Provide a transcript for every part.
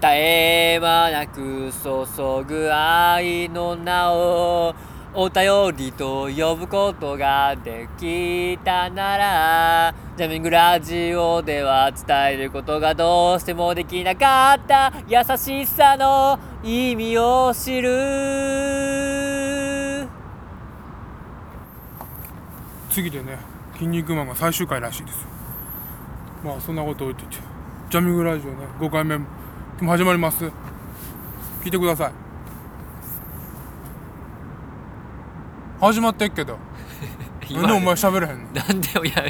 絶え間なく注ぐ愛の名をお便りと呼ぶことができたならジャミングラジオでは伝えることがどうしてもできなかった優しさの意味を知る次でね「筋肉マン」が最終回らしいですよまあそんなこと置いといてジャミングラジオね5回目も始まります聞いてください始まってっけどなんでお前喋らへんの なんでいや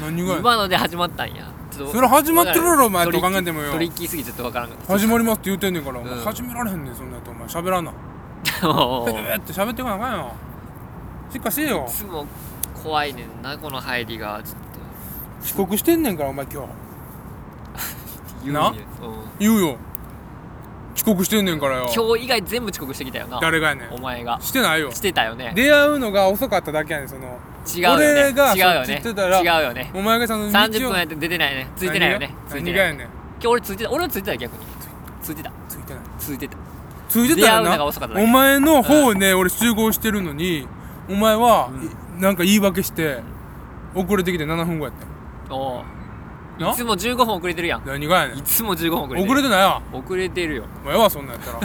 何がや今ので始まったんやちょっとそれ始まってるやろお前と考えてもよトリッキーすぎちょっとわからんかっ始まりますって言うてんねんから、お前うん始められへんねんそんなやつお前喋らんなたもペペペって喋ってこなあかんよしっかりしてよういつも怖いねんなこの入りがちょっと遅刻してんねんからお前今日言うんやうなん言うよ遅刻してんねんからよ今日以外全部遅刻してきたよな誰がやねおん前がしてないよしてたよね出会うのが遅かっただけやねんその違うよね俺が違うよそっねち違行ってたらうよねお前がその道を30分やって出てないねついてないよねついて何がないやねん今日俺ついてた俺はついてたよ逆についてたついてないついてたついてた出会らうのなが遅かっただけお前の方ね、俺集合してるのにお前は、いなんか言い訳して遅れてきて7分後やったよおうないつも15分遅れてるやん何がやねいんつも15分遅れてる遅れてないわ遅れてるよお前はそんなんや ったら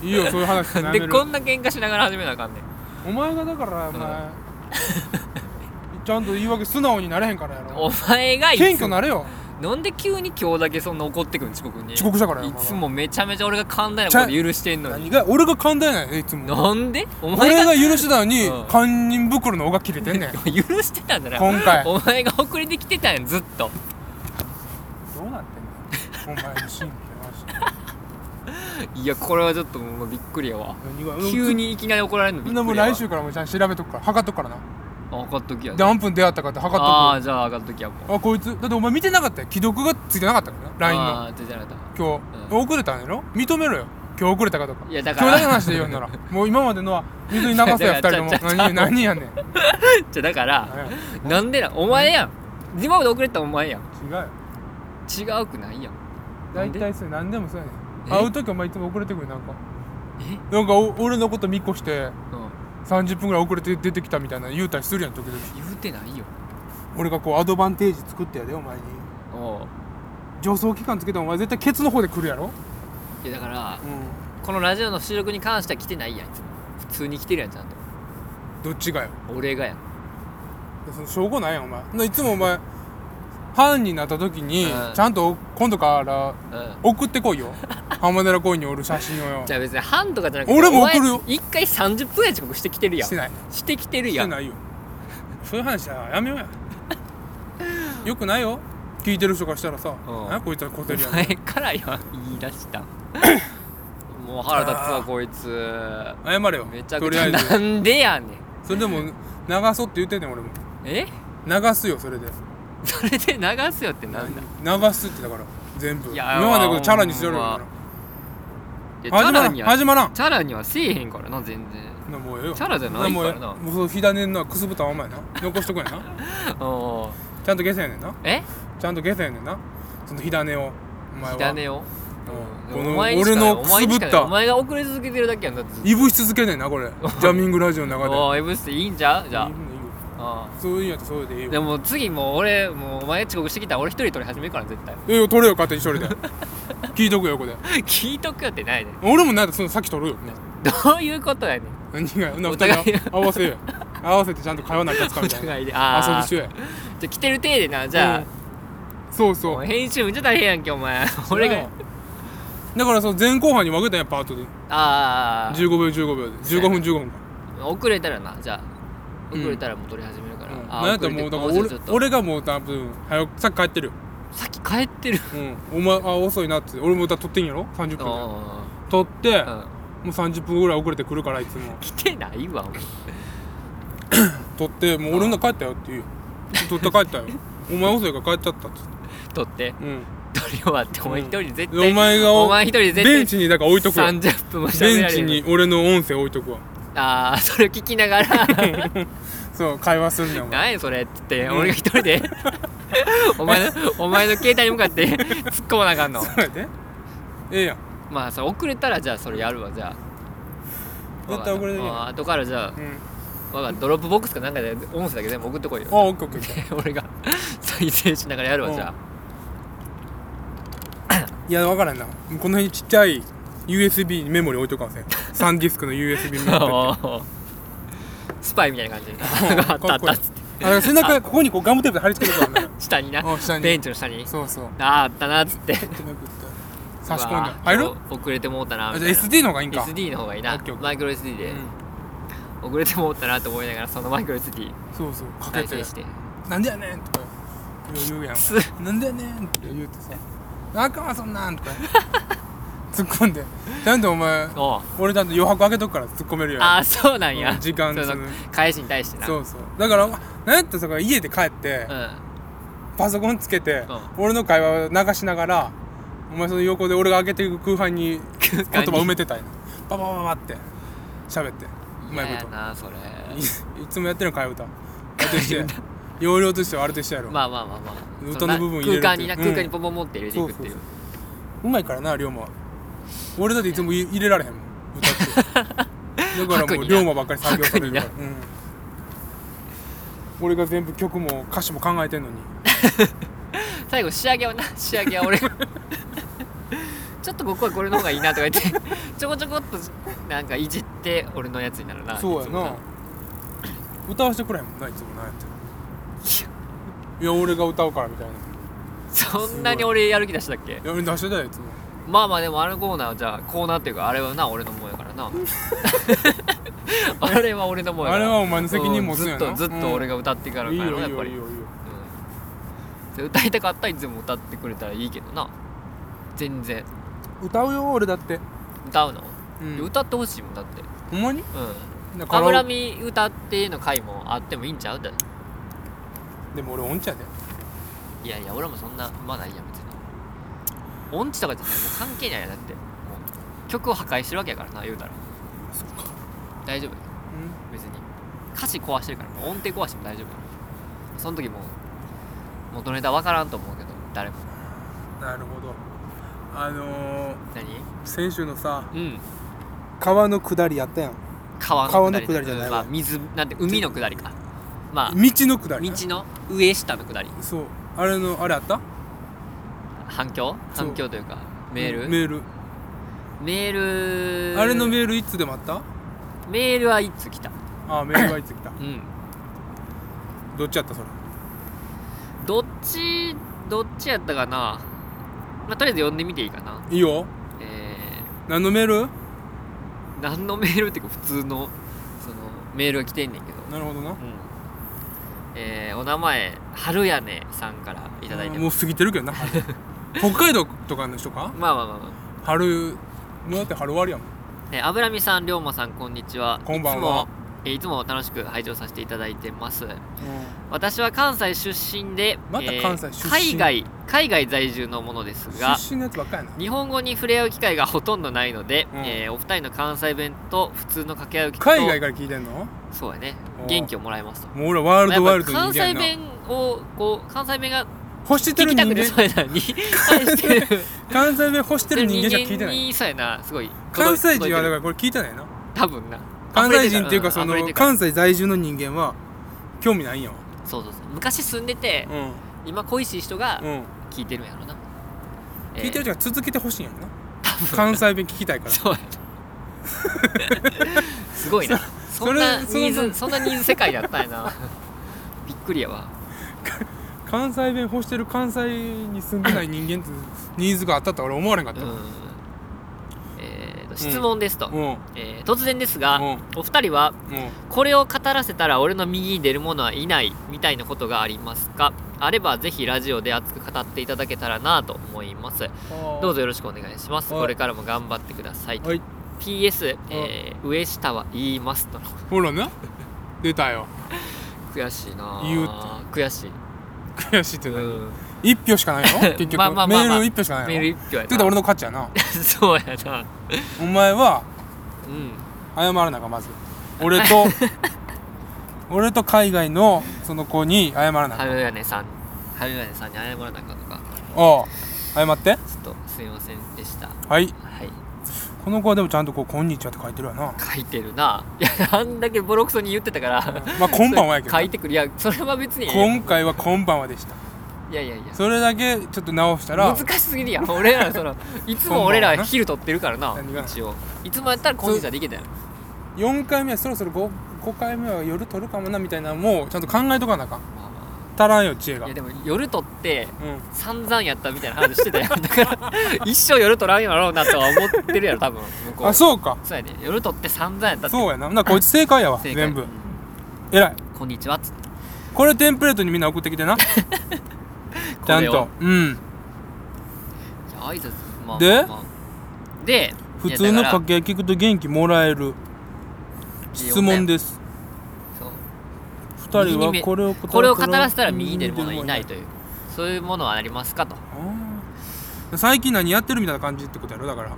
いいよそういう話しないでめるこんな喧嘩しながら始めなあかんねんお前がだからお前ちゃんと言い訳素直になれへんからやろお前がい謙つ虚なれよなんで急に今日だけそんな怒ってくん遅刻に遅刻したからよいお前はつもめちゃめちゃ俺が寛大なこと許してんのに何が俺が寛大なんやねいつもなんでお前俺が が許してたのにうん堪忍袋の尾が切れてんねん許してたんじゃない今回お前が遅れてきてたんやんずっとどうなってんのお前のシーンっていやこれはちょっともうびっくりやわ話何が急にいきなり怒られるのびっくりでやもわう来週からもうちゃんと調べとくから測っとくからなあ分かっときやで何分出会ったかって測っとくあああじゃあ上がっときやもうあこいつだってお前見てなかったよ既読がついてなかったからな LINE のああ出てなかっ今日、う遅れたんやろ認めろよ今日遅れたかとかいやだから今日だけの話で言う んならもう今までのは水に流せだや二から人ちゃとも何何やねんた じゃあだから何やなんでなお前やん今まで遅れてたお前やん違うよ違うくないやんな大んで体それ何でもそうやねんえ会う時お前いつも遅れてくるなんかなんかお俺のこと見越してうん30分ぐらい遅れて出てきたみたいな言うたりするやん時々言うてないよ俺がこうアドバンテージ作ってやでお前におう助走期間つけてもお前絶対ケツの方で来るやろいやだからうこのラジオの収録に関しては来てないやんいつも普通に来てるやんちゃんとんどっちがよ俺がやんその証拠ないやんお前ないつもお前犯になった時にうんちゃんと今度からうん送ってこ いよ浜寺公園におる写真をよじゃあ別に半とかじゃなくて俺も送るよお前一回30分や遅刻してきてるやんしてないしてきてるしやてんないよそういう話はやめようやよくないよ聞いてる人からしたらさ「うん何やこいつは小お競りやん前からや言い出 したもう腹立つわこいつ謝れよめちゃとくりちあゃえずなんでやねんそれでも流そうって言ってんねん俺もえ 流すよそれでそれで流すよってなんだ流すってだから全部いや今までのことチャラにしろよまあいやチ始ャまラらんには始まらんチャラにはせえへんからな全然なもうええよチャラじゃないからなもうええもうその火種のくすぶったまんまやな残しとくんやなおうちゃんと下せやねんなえちゃんと下せやねんなその火種をお前は火種をうんうんこのお前にしかない俺のくすおぶっ前にしかないたお前が遅れ続けてるだけやんだってずっいぶし続けねんな これジャミングラジオのと中でおうエブスっていいんじゃうじゃいいよいいよあそういうんやったらそうでいいうんよでも次もう俺もうお前遅刻してきたら俺一人取り始めるから絶対 ええよ取れよ勝手に一人で 聞いとくよこれ聞いとくよってないで俺もなんかその先取るよどういうことやねん何がよなお互い二人合わせよ合わせてちゃんと会話なきゃつかおみたいな互いで遊あびあしようやじゃあ来てる体でなじゃあ、そうそもうう編集めっちゃ大変やんけお前俺がだからその前後半に分けたんやパートであ15秒15秒でそう15や分15分かあ遅れたらなじゃあうん遅れたらもう撮り始めるから、あうんなんやったらもうだから遅れてもう俺ちょっと俺がもう多分早くさっき帰ってるよさっき帰 ってるうんお前あ遅いなって俺も歌撮ってんやろう30分でん撮ってうんもう30分ぐらい遅れてくるからいつも来てないわお前撮ってもう俺の帰ったよって言うよ撮って帰っ たよお前遅いから帰っちゃったっつって撮ってうん撮り終わってお前一人で絶でお対、前がお前一人で絶対ベンチにだから置いとくよ30分も喋ベらンれチるに俺の音声置いとくわああそれを聞きながら そう会話すんねんお前何それっつって、うん俺が一人 でお前のお前の携帯に向かって突っ込まなあかんのそれでええやんまあそれ遅れたらじゃあそれやるわじゃあ絶対遅れてるやんあ後からじゃうんあわかったドロップボックスかなんかで音声だけでも送ってこいあよオッケーオッケーオッケ俺が再生しながらやるわじゃあーいや分からんなこの辺にちっちゃい USB メモリ置いとかんせんサンディスクの USB メ モ スパイみたいな感じリが あったあったっつっててあ背中ここにこうガムテープで貼り付けてるからね下になうん下にベンチの下にそうそうああったなっつって手めくって差し込んだうわー入る遅れてもうたなあみじたゃあいな SD の方がいいんか SD の方がいいオなッケーオッケーマイクロ SD でうん遅れてもうたなと思いながらそのマイクロ SD そうそうかけ再て生してなんでやねんとか言うやすんなんでやねんって言うてさあかんわそんなんとか突っ込んでちゃんとお前おう俺ちゃんと余白開けとくから突っ込めるやんああそうなんうやん時間そそのの返しに対してなそうそうだからなんやったらさ家で帰ってうんパソコンつけてう俺の会話を流しながらお前その横で俺が開けていく空間に空言間に葉埋めてたんやバババババって喋ってうまい嫌やことなそれいいつもやってるの替え歌あれとして容量としてはあれとしてやろ、まあまあまあまあ歌の部分そんな空間入れになるっていううん空間にポンポン持って入れていくっていうそううまいからな龍馬は俺だっていつもい入れられへんもん 歌ってだからもう龍馬ばっかり作業されるから、白うん俺が全部曲も歌詞も考えてんのに最後仕上げはな仕上げは俺 ちょっとここはこれの方がいいなとか言って ちょこちょこっとなんかいじって俺のやつになるなそうやいつもな歌わしてくれへんもんないつもなやっていや俺が歌うからみたいなそんなに俺やる気出したっけやめ出してたよいつもまあまあでもあのコーナーはじゃあコーナーっていうかあれはな俺のもんやからなあれは俺のもんやあかられはお前の責任持つんずっやな、とずっと俺がが歌ってからいいやよろいやいっぱよりいいよいいようん歌いたかったらいつも歌ってくれたらいいけどな全然歌うよ俺だって、歌うの、うん、歌ってほしいもんだってほんまにうなんんかカラオ冠み歌っての回もあってもいいんちゃうだってでも俺音痴やでいやいや俺もそんなまだいいや別に音痴とかじゃないもう関係ないやだってもう曲を破壊してるわけやからな言うたらそっか大丈夫別に歌詞壊してるから音程壊しても大丈夫やその時もう元ネタ分からんと思うけど誰もなるほどあのー、何先週のさうん川の下りやったやん道川の川の下り下りじゃないまわあ、水なんて海の下りかまあ道の下りの上下の下りそうあれのあれあった反響そう反響というかメールメメールールあれのメメールいつでもあったールはいつ来たああメールはいつ来 たうんどっちやったそれどっちどっちやったかなまあとりあえず読んでみていいかないいよえ何のメールー、何のメールっていうか普通のそのメールが来てんねんけどなるほどなうんえー、お名前春やねさんからいただいてもまうす過ぎてるけど な北海道とかの人かまあまあまあまあ春もうだって春終わりやもんえー、油見さん、龍馬さん、こんにちは。こんばんはいつも、えーいつも楽しく拝聴させていただいてます。私は関西出身で、また関西出身海外、海外在住のものですが、出身のやつばっかやな日本語に触れ合う機会がほとんどないので、うんえーお二人の関西弁と普通の掛け合う機会と海外から聞いてんのそうやねお、ー元気をもらえますと。もう俺ワールドワールドまあや人っ間ぱ関西やな弁を、こう、関西弁が欲して聞るき人たくて、そ間うやな、に、対してる、関西弁欲してる人間しか聞いてな いに、そうやな、すごい。関西届い人てはるだからこれ聞いてないな多分な。関西人っていうか溢それてるん溢れてのるから関西在住の人間は興味ないんやわそうそうそう昔住んでて、う今恋しい人がんうん聞いてるんやろな、聞いてるる人が続けてほしいんやろな関西弁聞きたいからそうや なすごいなそんなニそれーそのズそんなニーズ世界だったんやな びっくりやわ関西弁欲してる関西に住んでない人間ってニーズがあったとは俺思われんかっうたんえーと質問ですと、うんうんえー突然ですが、うんお二人はこれを語らせたら俺の右に出る者はいないみたいなことがありますかあればぜひラジオで熱く語っていただけたらなと思いますどうぞよろしくお願いしますはいこれからも頑張ってくださいはい PS、えー上下は言いますとのほらな出た よ悔しいなあ言う悔しい、悔しいってう何ん、一票しかないの結局まメあまあまあまあール一票しかないメーのルって一票や言ったらな俺の勝ちやな そうやなお前はうん謝らなあかんまず俺 と俺と海外のその子に謝らなあかん春屋根さん春屋根さんに謝らなあかんのかおう謝ってちょっとすいませんでしたははいいこの子はでもちゃんとこう「こんにちは」って書いてるわ な書いてるないやあんだけボロクソに言ってたからまあ今晩はやけど書いてくるいやそれは別にい今回は「こんばんは」でしたやいやいやそれだけちょっと直したら難しすぎるやん俺らそのいつも俺ら昼取ってるからな何が一応いつもやったら今日じゃできたよ4回目はそろそろ 5, 5回目は夜撮るかもなみたいなのもちゃんと考えとかなあかんまあま足らんよ知恵あがいうやんでも夜取って散々やったみたいな話して たやんだから一生夜取らんやろうなとは思ってるやろ多分向こうあそうかそうやね夜取って散々やったってそうやななこいつ正解やわ正解全部うん偉いこんにちはっつってこれテンプレートにみんな送ってき てなちゃんこれをとうんじゃあ挨拶まあでまあで普通のいやだ家から計聞くと元気もらえる質問ですそう2人右には目これを語これを語らせたら右に出るものはいないとというそういうものはありますかと最近何やってるみたいな感じってことやろだから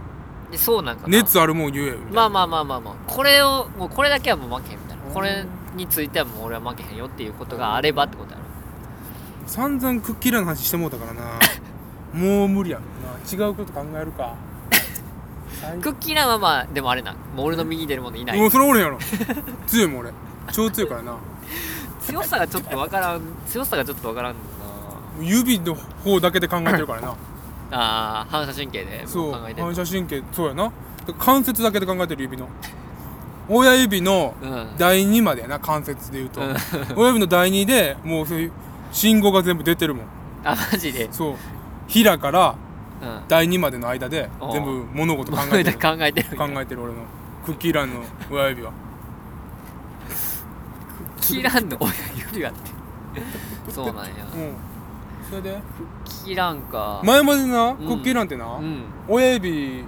でそうなんかな熱あるもん言えよみたいなまあまあまあまあまあこれをもうこれだけはもう負けへんみたいなうんこれについてはもう俺は負けへんよっていうことがあればってことやろ散々クッキーラーの話してもうたか らなもう無理やもんな違うこと考えるか最クッキーランはまあでもあれなもう俺の右に出るものいないもうそれ 俺やろ強いもん俺超強いからな強さがちょっとわからん強さがちょっとわからんな指の方だけで考えてるから なあー反射神経でそもう考えてる反射神経そうやな関節だけで考えてる指の親指のうん第2までやな関節で言うと、うん 親指の第2でもうそういう信号が全部出てるもんあマジでそう平からうん第2までの間であー全部物事考考ええててるる 考えてる考えてる俺のクッキーランの親指はキランの親指がってそうなんやうんそれでキランか前までな、んクッキーランってな、うん親指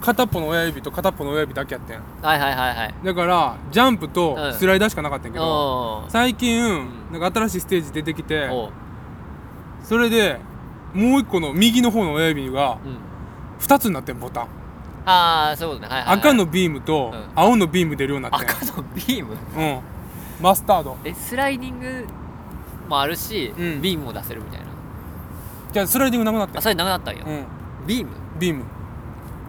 片っぽの親指と片っぽの親指だけやってんはいはいはいはいだからジャンプうとんスライダーしかなかったんやけど、おー最近、なんか新しいステージ出てきておうそれでもう一個の右の方の親指がうん2つになってんボタン、ああそういうことねはいはいはい赤のビームとうん青のビーム出るようになってん赤のビームうんマスタードえスライディングもあるし、うんビームも出せるみたいなじゃあスライディングなくなってあんそれなくなったんや、うんビームビーム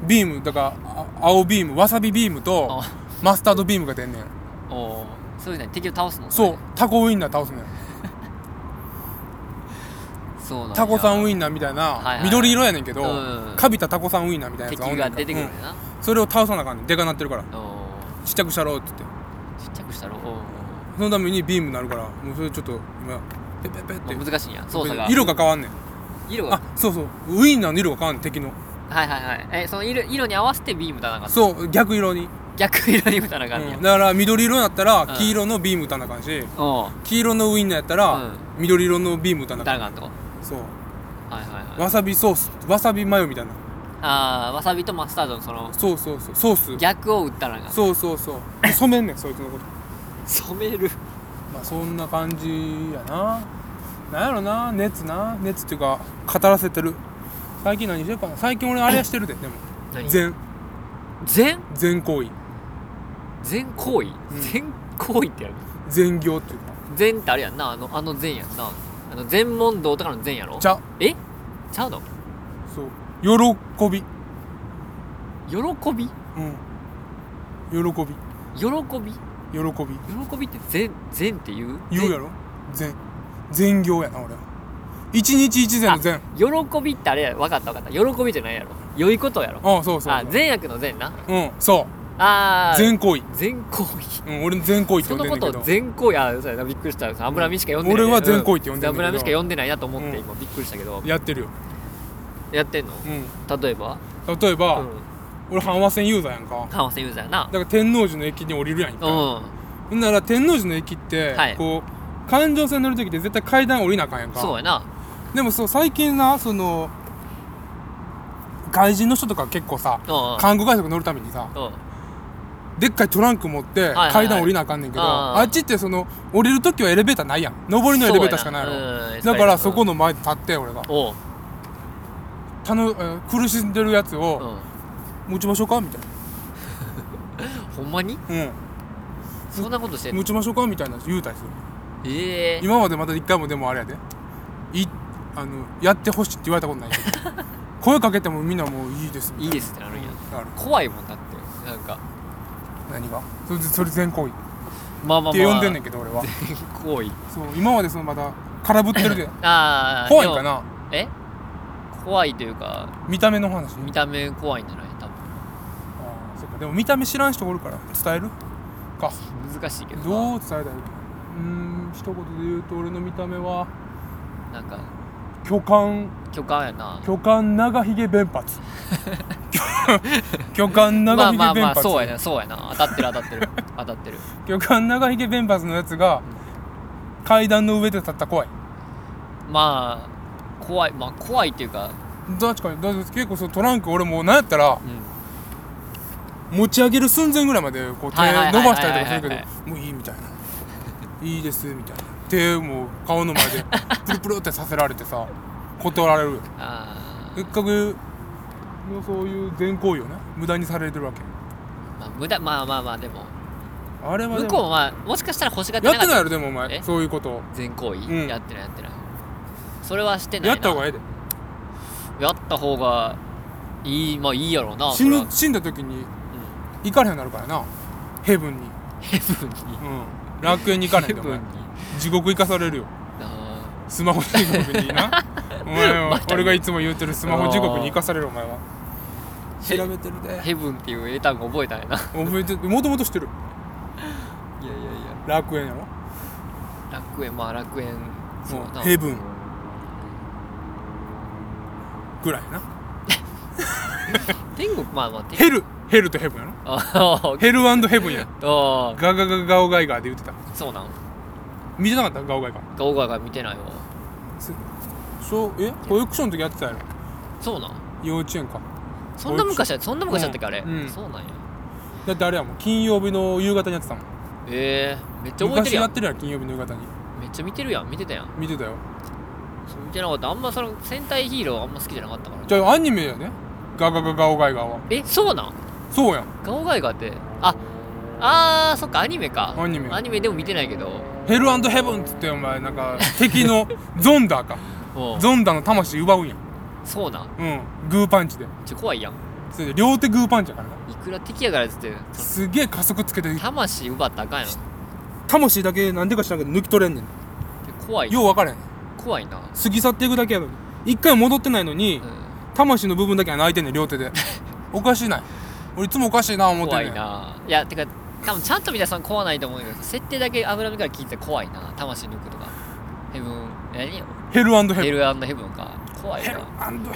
ビームだからあ青ビームわさびビームとあマスタードビームが出んねんおおーそういうね敵を倒すのそうタコウインナー倒すねんそうなんやタコさんウインンナーみたいはいはいなはい緑色やねんけどうんカビたタコさんウインナーみたいなやつ敵おんねがん出てくるうんんだな、それを倒さなあかんねんでかなってるからおちっちゃくしたろうっつってーちっちゃくしたろおーそのためにビームになるからもうそれちょっと今ペペペってまあ難しいんや操作が色が変わんねん色あがそうそうウインナーの色が変わんねん敵のはいはいはいえその色色に合わせてビーム打たなかったそう逆色に、逆色に打たなあかんねうやんだから緑色になったらうん黄色のビーム打たなあかんしおお黄色のウインナーやったら、うん緑色のビーム打た打なあたかなあかんとこんそうはいはいはいわさびソースわさびマヨみたいなあーわさびとマスタードのそのそうそうそうソース逆を打ったらなあかんそうそうそう染めんねんそいつのこと染めるまあそんな感じやななんやろな熱な熱っていうか語らせてる最近何してるかな最近俺あれしてるででも何全全全行為全行為、うん全行為ってやる全業っていうか 全ってあれやんなあのあの全やんなあの全問答とかの全やろちゃえちゃうのそう喜び喜びうん喜び喜び喜び喜びって全全って言う言うやろ全全業やな俺は一日一善の善ろ喜びってあれや分かった分かった喜びじゃないやろ良いことやろああそうそうそうあ善悪の善なうんそあうー全行為全行為うん俺全行為ってそ呼のこんでんねんとけをど全行為あそうやなびっくりした油身しか読んでない俺は全行為って呼んでんねんけど油身しか読んでないなと思ってうん今びっくりしたけどやってるよやってんのうん例えば例えば、うん俺阪和線ユーザーやんか緩和性ユーザーやなだから天王寺の駅に降りるやん一う回んほ、んなら天王寺の駅って、はいこう環状線乗る時って絶対階段降りなあかんやんかそうやなでもそう最近なその外人の人とか結構さうん看護外食乗るためにさうんでっかいトランク持っていはい階段降りなあかんねんけど、あああっちってその降りる時はエレベーターないやん上りのエレベーターしかないやろだからそこのの前で立って俺がおう、たのえー苦しんでるやつうをん、 「持ちましょうか?」みたいほんまになそんなことし「てうんんの持ちましょうか?」みたいな言うたりするええ 今までまだ一回もでもあれやでいあのやってほしいって言われたことないけど声かけてもみんなもういいですいいですってなるんやなる怖いもんだってなんか何がそれそれ全行為まあまあまあって呼んでんねんけど俺は行為そう今までそのまた空振ってるで ああ怖いんかでもなえ怖いというか見た目の話見た目怖いんじゃない多分あーそうかでも見た目知らん人おるから伝えるか難しいけどなどう伝えたらいいかうーん一言で言うと俺の見た目はなんか巨漢巨漢やな巨漢長ひげ弁髪巨漢長まあひまげあ弁まあ髪そうやなそうやな当たってる当たって る当たってる巨漢長ひげ弁髪のやつが階段の上で立ったら怖いまあ怖いまあ怖いっていうか確かにだって結構そのトランク俺もうなんやったらうん持ち上げる寸前ぐらいまでこう手はいはいはいはい伸ばしたりとかするはいけはどもういいみたいないいですみたいな手もう顔の前 でプルプルってさせられてさ断られるよあせっかくのそういう善行為をね無駄にされてるわけーまあ無駄まあまあまあでもあれは向でこうももまあもしかしたら欲しがってやなっかてったないやろでもお前えそういうことを全行為、うんやってないやってないそれはしてないなやった方がええでやった方がいいまあいいやろうな死そぬら死んだ時にう行かれへんなるからなヘブンに、んヘブンにうん、楽園に行かれへヘんでおブ前ンに地獄行かされるよあスマホ地獄に なお前まはた俺がいつも言うてるスマホ地獄に行かされるお前はーへべてる でヘブンっていう英単語覚えたんやな覚えてもともと知ってるいやいやいや楽園やろ楽園まあ楽園そうやなヘブンぐらいな天国まあまあ天ヘルヘルとヘブンやろあーヘルヘブンやあガガガガオガイガーで言ってたーそうなん見てなかったガオガイガーガオガが見てないわそうえ保育所の時やってたやろそうなん幼稚園かそんな昔やそんな昔やったっけあれ、うんそうなんやだってあれやもん金曜日の夕方にやってたもんえー、めっちゃ覚えて昔るややっんてるやん金曜日の夕方にめっちゃ見てるやん見てたやん見てたよそう見てなかったあんまその戦隊ヒーローあんま好きじゃなかったからじゃあアニメやねガガガガオガイガーはえそうなんそうやんガオガイガーってああーそっかアニメかアニメアニメでも見てないけどヘルヘブンっつってお前なんか敵のゾンダーかうんゾンダーの魂奪うんやんそうなんうんグーパンチでちょ怖いやんそれで両手グーパンチやからないくら敵やからっつってそのすげえ加速つけて魂奪ったらあかんやん魂だけなんでか知らんけど抜き取れんねん怖いよう分からへん怖いな過ぎ去っていくだけやのに一回戻ってないのに、う魂の部分だけが泣いてんねん両手でおかしいない俺いつもおかしいな思んって怖んねいんないやてか多分ちゃんと見たらそんな怖ないと思うけど設定だけ油身から聞いてたら怖いな魂抜くとかヘブン何ヘルヘブンヘヘルルヘブンか怖いヘブンなとかっ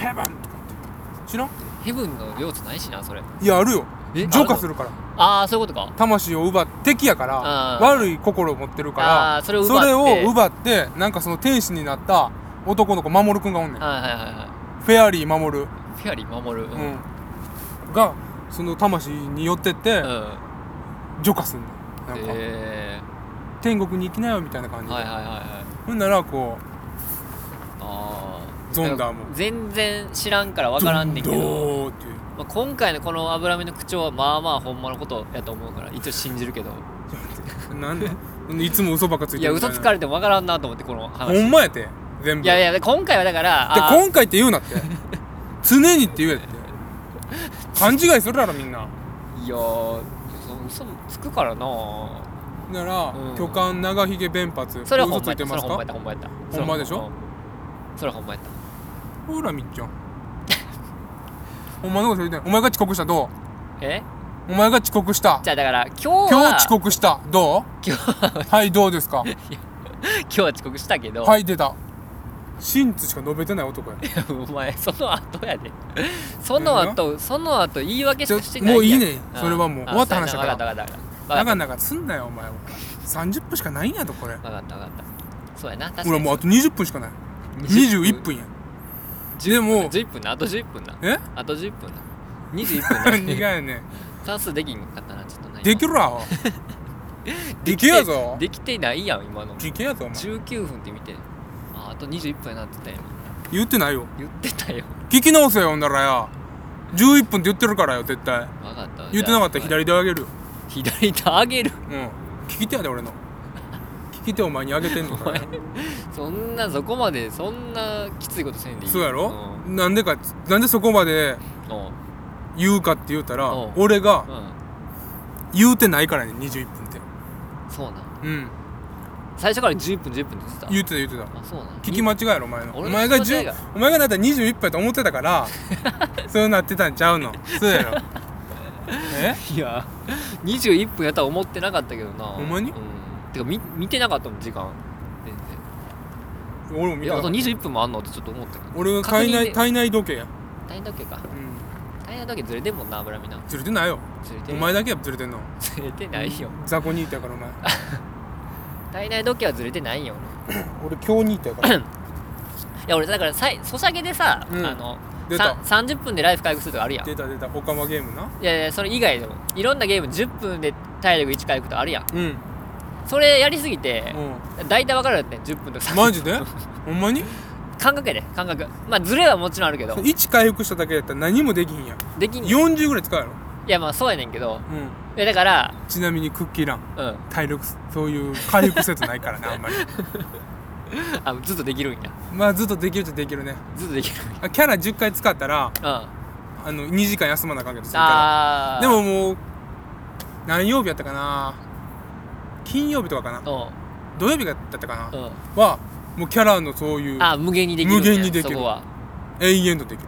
て知らんヘブンの領地ないしなそれいやあるよえ浄化するからああそういうことか魂を奪っ敵やからあー悪い心を持ってるかあーそれをら奪ってそれを奪ってなんかその天使になった男の子守君がおんねんはいはいはいはいフェアリー守る、フェアリー守る。う。うんうん。ん、がその魂に寄ってって除化すんねんなんか、え天国に行きなよみたいな感ー、じで、はいはいはいはい。ほんならこああ。ゾンダーも全然知らんからう分からんねんけドど、ーンっていうまあ、今回のこの油目の口調はまあまあほんまのことやと思うから一応信じるけどなんでいつも嘘ばっかついているやみた嘘つかれれても分からんなと思ってこの話ほんまやて全部いやいや今回はだからであー今回って言うなって常にって言うや って勘違いするやろみんないやー嘘嘘つくからななら、うん巨漢長ひげ弁髪それはほ嘘んつまやっいてたそまれすはほんまやっかたほんまやったほんまでしょそれはほんまやったほらみっちゃんお前のこと言うてんお前が遅刻したどえうお前が遅刻したじゃあだから今日は今日遅刻したど今日はうはいどうですか 今日は遅刻したけ ど、はい出た真実しか述べてない男や お前その後やでその後その後言い訳しかしてないちょもういいやんねんそれはもうあ終わった話だからそうやな分かった分か長った々すんなよお前30分しかないんやとこれ分かった分かった分かったそうやな確ほらもうあと20分しかない21分やでも11分なあと11分なえ あと11分な21苦分いなやね算数できんかったなちょっとな今できるわできやぞできてないやん今のできやぞお前19分って見てああと21分やなって言ったよ今言ってないよ言ってたよ聞き直せよほんならや11分って言ってるからよ絶対分かった言ってなかったじらゃあ左手あげるよ左手上げるうん聞き手やで俺の聞引き手をお前にあげてん のか前そんなそこまでそんなきついことせんでいいそうやろ、なんでかなんでそこまでうんうん言うかって言うたら、うん俺うがん言うてないからね21分ってそうなんうん最初から10分10分って言ってた言うてた言うてたあそうなん聞き間違えろお前のお俺の前が聞き間違い10がお前がだったら21分やと思ってたから そうなってたんちゃうのそうやろえいや21分やったら思ってなかったけどなほんまにうん、てか見見てなかったもん時間全然俺も見いたやかあったと21分もあんのってちょっと思ったけど俺は確体認内で体内時計や、大変だっけかうん、大変だっけずれてんもんな脂身なずれてないよずれておる前だけやずれてんのずれてないよ雑魚ニートや からお前体内時計はずれてないよ俺強ニートやからいや俺だからさいソシャゲでさ、うんあの出たさ30分でライフ回復するとかあるやんい出た出たオカマゲームなやいやそれ以外でもいろんなゲーム10分で体力1回復とかあるやんうんうんそれやりすぎて大体分かるよね10分とか30分マジでほんまに感覚やで感覚まあずれはもちろんある けど1回復しただけやったら何もできひんやんできんい40ぐらい使うやろ、やまあそうやねんけどうん、いやだからちなみにクッキーランうん体力そういう回復説ないからなあんまりあずっとできるんやまあずっとできるっちゃできるねずっとできるんやあキャラ10回使ったらうんあの2時間休まなあかんけどそっかあらーでももう何曜日やったかな金曜日とかかなう土曜日だったかなんうんはもうキャラのそういうあ無限にできるんや無限にできるそこは永遠とできる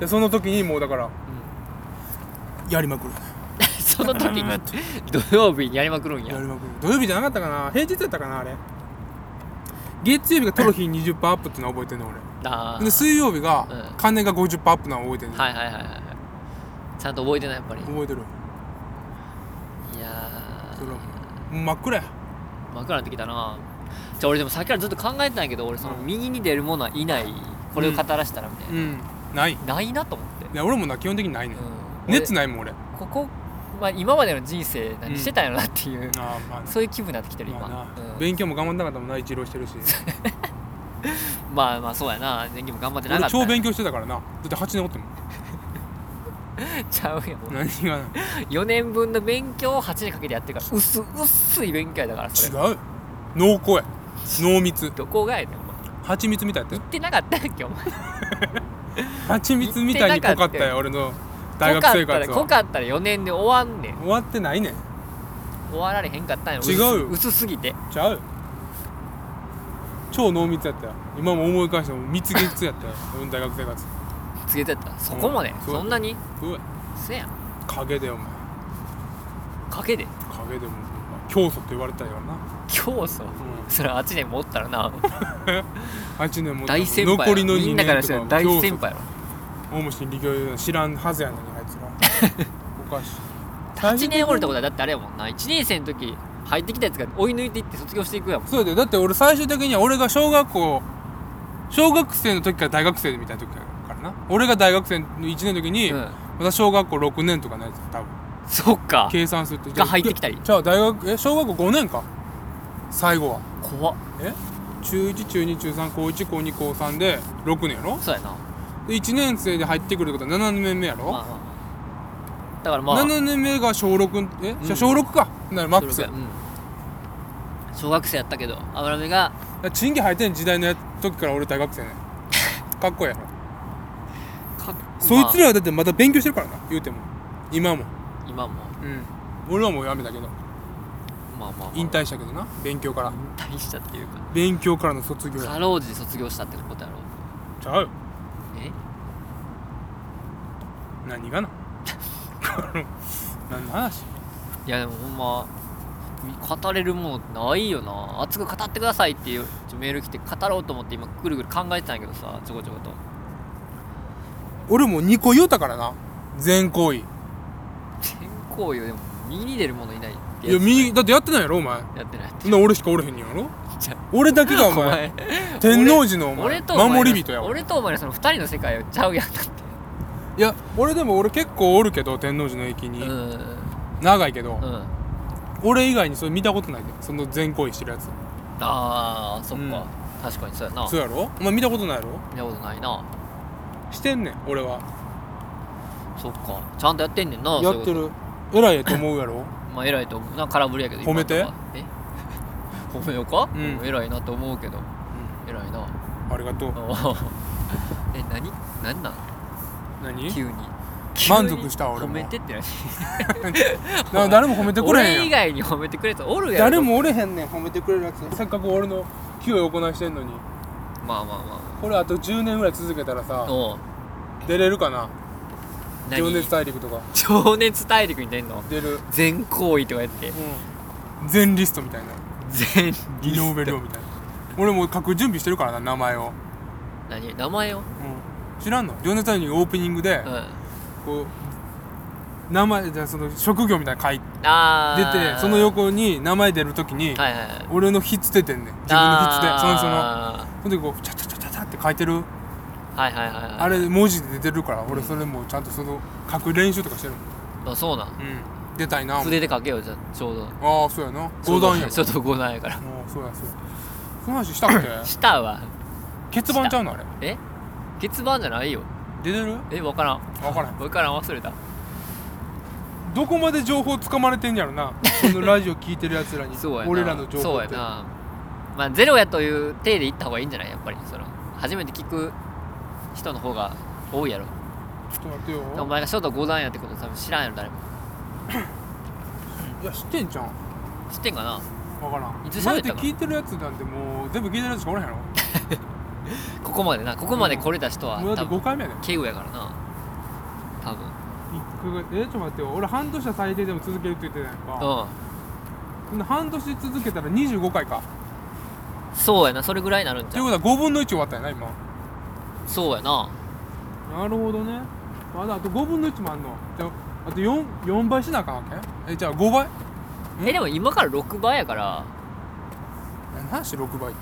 でその時にもうだから、やりまくる その時に土曜日にやりまくるんややりまくる土曜日じゃなかったかな平日やったかなあれ月曜日がトロフィー20%アップっていうのは覚えてんの俺あーで水曜日がうん金が50%アップなの覚えてんの、はいはいはいはいはいちゃんと覚えてないやっぱり覚えてるいやそれはもう真っ暗やー真っ暗になってきたなじゃあ俺でもさっきからずっと考えてたんやけど俺そのうん右に出るものはいないこれを語らせたらみたいな、うんないいないなと思って、や俺もな基本的にないね、うん、ん、熱俺ないもん俺あここ、まあ、今までの人生何してたんやろなっていう、あまあなそういう気分になってきてる今、まあな、うん勉強も頑張んなかったもんな一浪してるしまあまあそうやな年金も頑張ってなか俺った超勉強してたからなだって8年おってんもん ちゃうよ何がな4年分の勉強を8年かけてやってるから薄薄い勉強やだからそれ違う濃厚や濃密どこがやねんお前蜂蜜みたいやった言よってなかったっけお前蜂蜜みたいに濃かったよ俺の大学生活濃はかったら4年で終わんねん終わってないねん終わられへんかったんやろ違うよ薄薄すぎてちゃうよ超濃密やったよ今も思い返しても蜜月やったよ俺の大学生活つけてたそこもね、うんそうそんなにうわせやん影でお前かけで影でも教祖って言われたよな、教祖うそれ8年持ったらなん、8年も大先輩残りの2年とかみんなからしたら大先輩やろ大虫に利教知らんはずやのにあいつら おかしい8年おるってことはだってあれやもんな1年生の時入ってきたやつが追い抜いていって卒業していくやもんそうだよだって俺最終的には俺が小学校小学生の時から大学生みたいな時からな俺が大学生の1年の時に、うんまた小学校6年とかのやつ多分そっか計算するとが入ってきたりじゃあ大学え小学校5年か最後は怖っえ中1中2中3高1高2高3で6年やろそうやなで1年生で入ってくるってことは7年目やろ、まあまあまあだからまあ7年目が小6え、うん小6かならマックスそれやがうん小学生やったけど油目が賃金入ってん時代のや時から俺大 学生ねかっこええやろかっそいつまらはだってまた勉強してるからな言うても今もあ今もうん俺はもうやめたけどまあまあまあ引退したけどな勉強から引退したっていうか勉強からの卒業やかろうじて卒業したってことやろちゃうよえ 何がな何の話いやでもほんまみ語れるものないよな熱く語ってくださいっていうちょメール来て語ろうと思って今ぐるぐる考えてたんやけどさちょこちょこと俺も2個言うたからな全行為い健康よでも右に出るものいないってややつ右だってやってないやろお前やってないそんな俺しかおれへんやろじゃ俺だけがおお前前天王寺のお俺前とお前の守り人やわ俺とお前のその二人の世界をちゃうやんだっていや俺でも俺結構おるけど天王寺の駅うに、ん長いけど、うん俺以外にそれ見たことないでその全行為してるやつあーそっか、うん確かにそうやなそうやろお前見たことないやろ見たことないなしてんねん俺はそっかちゃんとやってんねんなやってそういうこる偉いと思うやろとまあ偉いと思うな空振りやけど 褒めて今のとこはほめよか、うん偉いなと思うけど偉いなありがとうおー え何何なん何急に満足した急に俺も褒めてって何な誰も褒めてくれ俺へん以やん外に褒めてくれた人おるやろ誰もおれへんねん褒めてくれるやつせっかく俺の給与を行いしてんのにまあまあまこれあと10年ぐらい続けたらあさまあおう出れるかな「何情熱大陸」とか情熱大陸に出んの出る全行為とかやってうん全リストみたいな全リリノベルみたいな俺もう書く準備してるからな名前を、何名前を知らんの情熱大陸オープニングでうんこう名前じゃあその職業みたいなの書いあ出ーてその横に名前出るときにはいはいはい俺の筆つててんねん自分の筆つてその人のあその時こうチャチャチャチャチャって書いてるーはいはいはいはいあれ文字で出てるから俺それもうちゃんとその書く練習とかしてるもん、あそうなんうん、出たいなあ筆で書けよじゃあちょうどあそうやな五段やちょうど五段やからもうそうやそうやその話したっけ 下は欠番ちゃうのあれえ月番じゃないよ出てるえわからん分からへんわからん忘れたどこまで情報つかまれてんや ろなこのラジオ聞いてるやつらにそうやな俺らの情そ報うっやてなまあゼロやという体でいった方がいいんじゃないやっぱりその初めて聞く人の方が多いやろちょっと待っておよ前が書道五段やってこと多分知らんやろ誰もいや知ってんじゃん知ってんかな分からんいつ喋ったかなお前って聞いてるやつなんてもう全部聞いてるやつしかおらへんやろここまでなここまで来れた人はもうだ多って5分回目やで敬語やからな多分一回えちょっと待ってよ俺半年は最低でも続けるって言ってたやんかうほんで半年続けたら25回かんそうやなそれぐらいになるんとじいゃうんことは5分の1終わったやな今そうやななるほどねまだあと5分の1もあんのじゃああと 4, 4倍しなあかんわけえじゃあ5倍んえでも今から6倍やから何して6倍って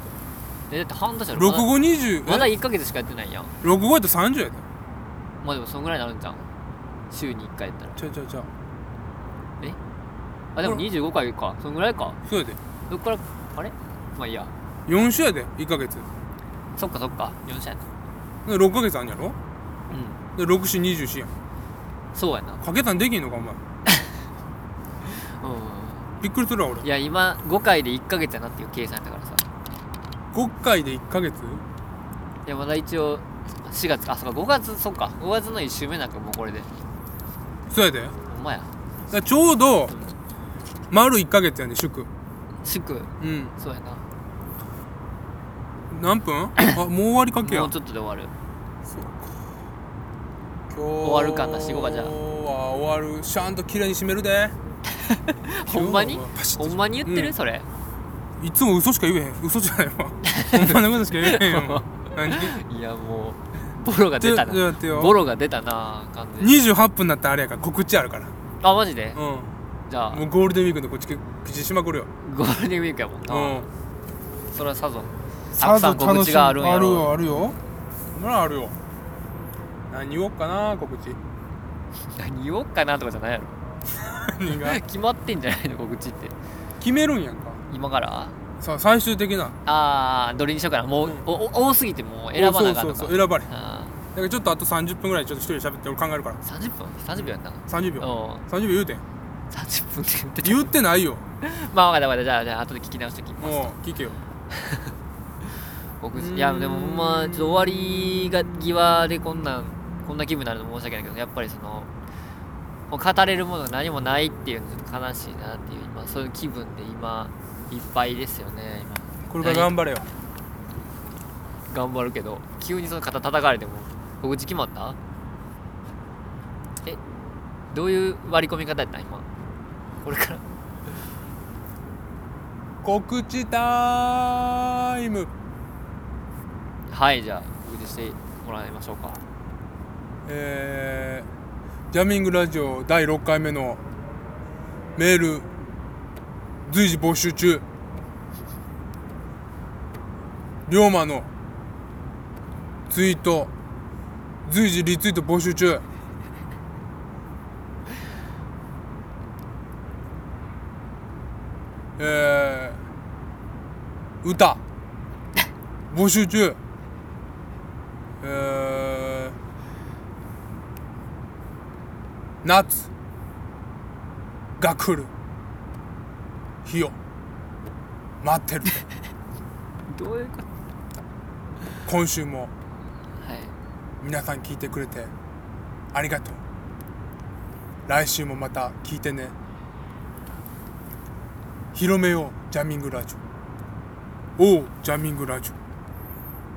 えだって半年やろまだ6520まだ1ヶ月しかやってないやん65やと30やでまあでもそんぐらいになるんじゃん週に1回やったらちゃうちゃうちゃうあでもほら25回かそんぐらいかそうやでどっからあれまあいいや4週やで1ヶ月そっかそっか4社やなで6ヶ月あんやろうんで6週24やんそうやな掛け算できんのかお前うびっくりするわ俺んいや今5回で1ヶ月やなっていう計算だからさ5回で1ヶ月いやまだ一応4月あそうか5月そっか5月の1週目なんかもうこれでそうやでだかほんまやらちょうどうん丸1ヶ月やね祝祝うんそうやな何分あもう終わりかけやもうちょっとで終わるそうか今日わる感出していこうかじゃあは終わるシャンと綺麗に締めるでほんまに今日はパシッほとんまに言ってる、うんそれいつも嘘しか言えへん嘘じゃ ないわほんまのことしか言えへんよ何いやもうボロが出たちょな待ってよボロが出たな完全に28分になったらあれやから告知あるからうあマジでんもじゃあうゴールデンウィークのこっち口しまくるよゴールデンウィークやもんな、うんそれはさぞたくさん告知があるんやあるろよあるよそらあるよ何言おっかな告知何言おっかなとかじゃないやろ何が決まってんじゃないの告知って 決めるんやんか今からさあ最終的なああどれにしようかなもう、うんおお多すぎてもう選ばなあかんそのうかそうそう選ばれへんだあからちょっとあと30分ぐらいちょっと一人で喋って俺考えるからー30分30秒やった30秒おう30秒言うてん30分って言ってた言ってないよまあ分かった分かったじゃあじゃあ後で聞き直してきますもう聞けよ告うー知んいやでもほんまちょっと終わりが際でこんなんこんな気分になるの申し訳ないけどやっぱりそのもう語れるものが何もないっていうのちょっと悲しいなっていう今そういう気分で今いっぱいですよねこれから頑張れよ今頑張るけど急にその肩叩かれても告知決まったえどういう割り込み方やったん今これから告知タイムはいじゃあ告知してもらいましょうかえー、ジャミングラジオ第6回目のメール随時募集中龍馬のツイート随時リツイート募集中えー、歌募集中えー夏が来る日よ待ってるってどういうこと今週もはい皆さん聞いてくれてありがとう来週もまた聞いてね広めようジャミングラジオおうジャミングラジオ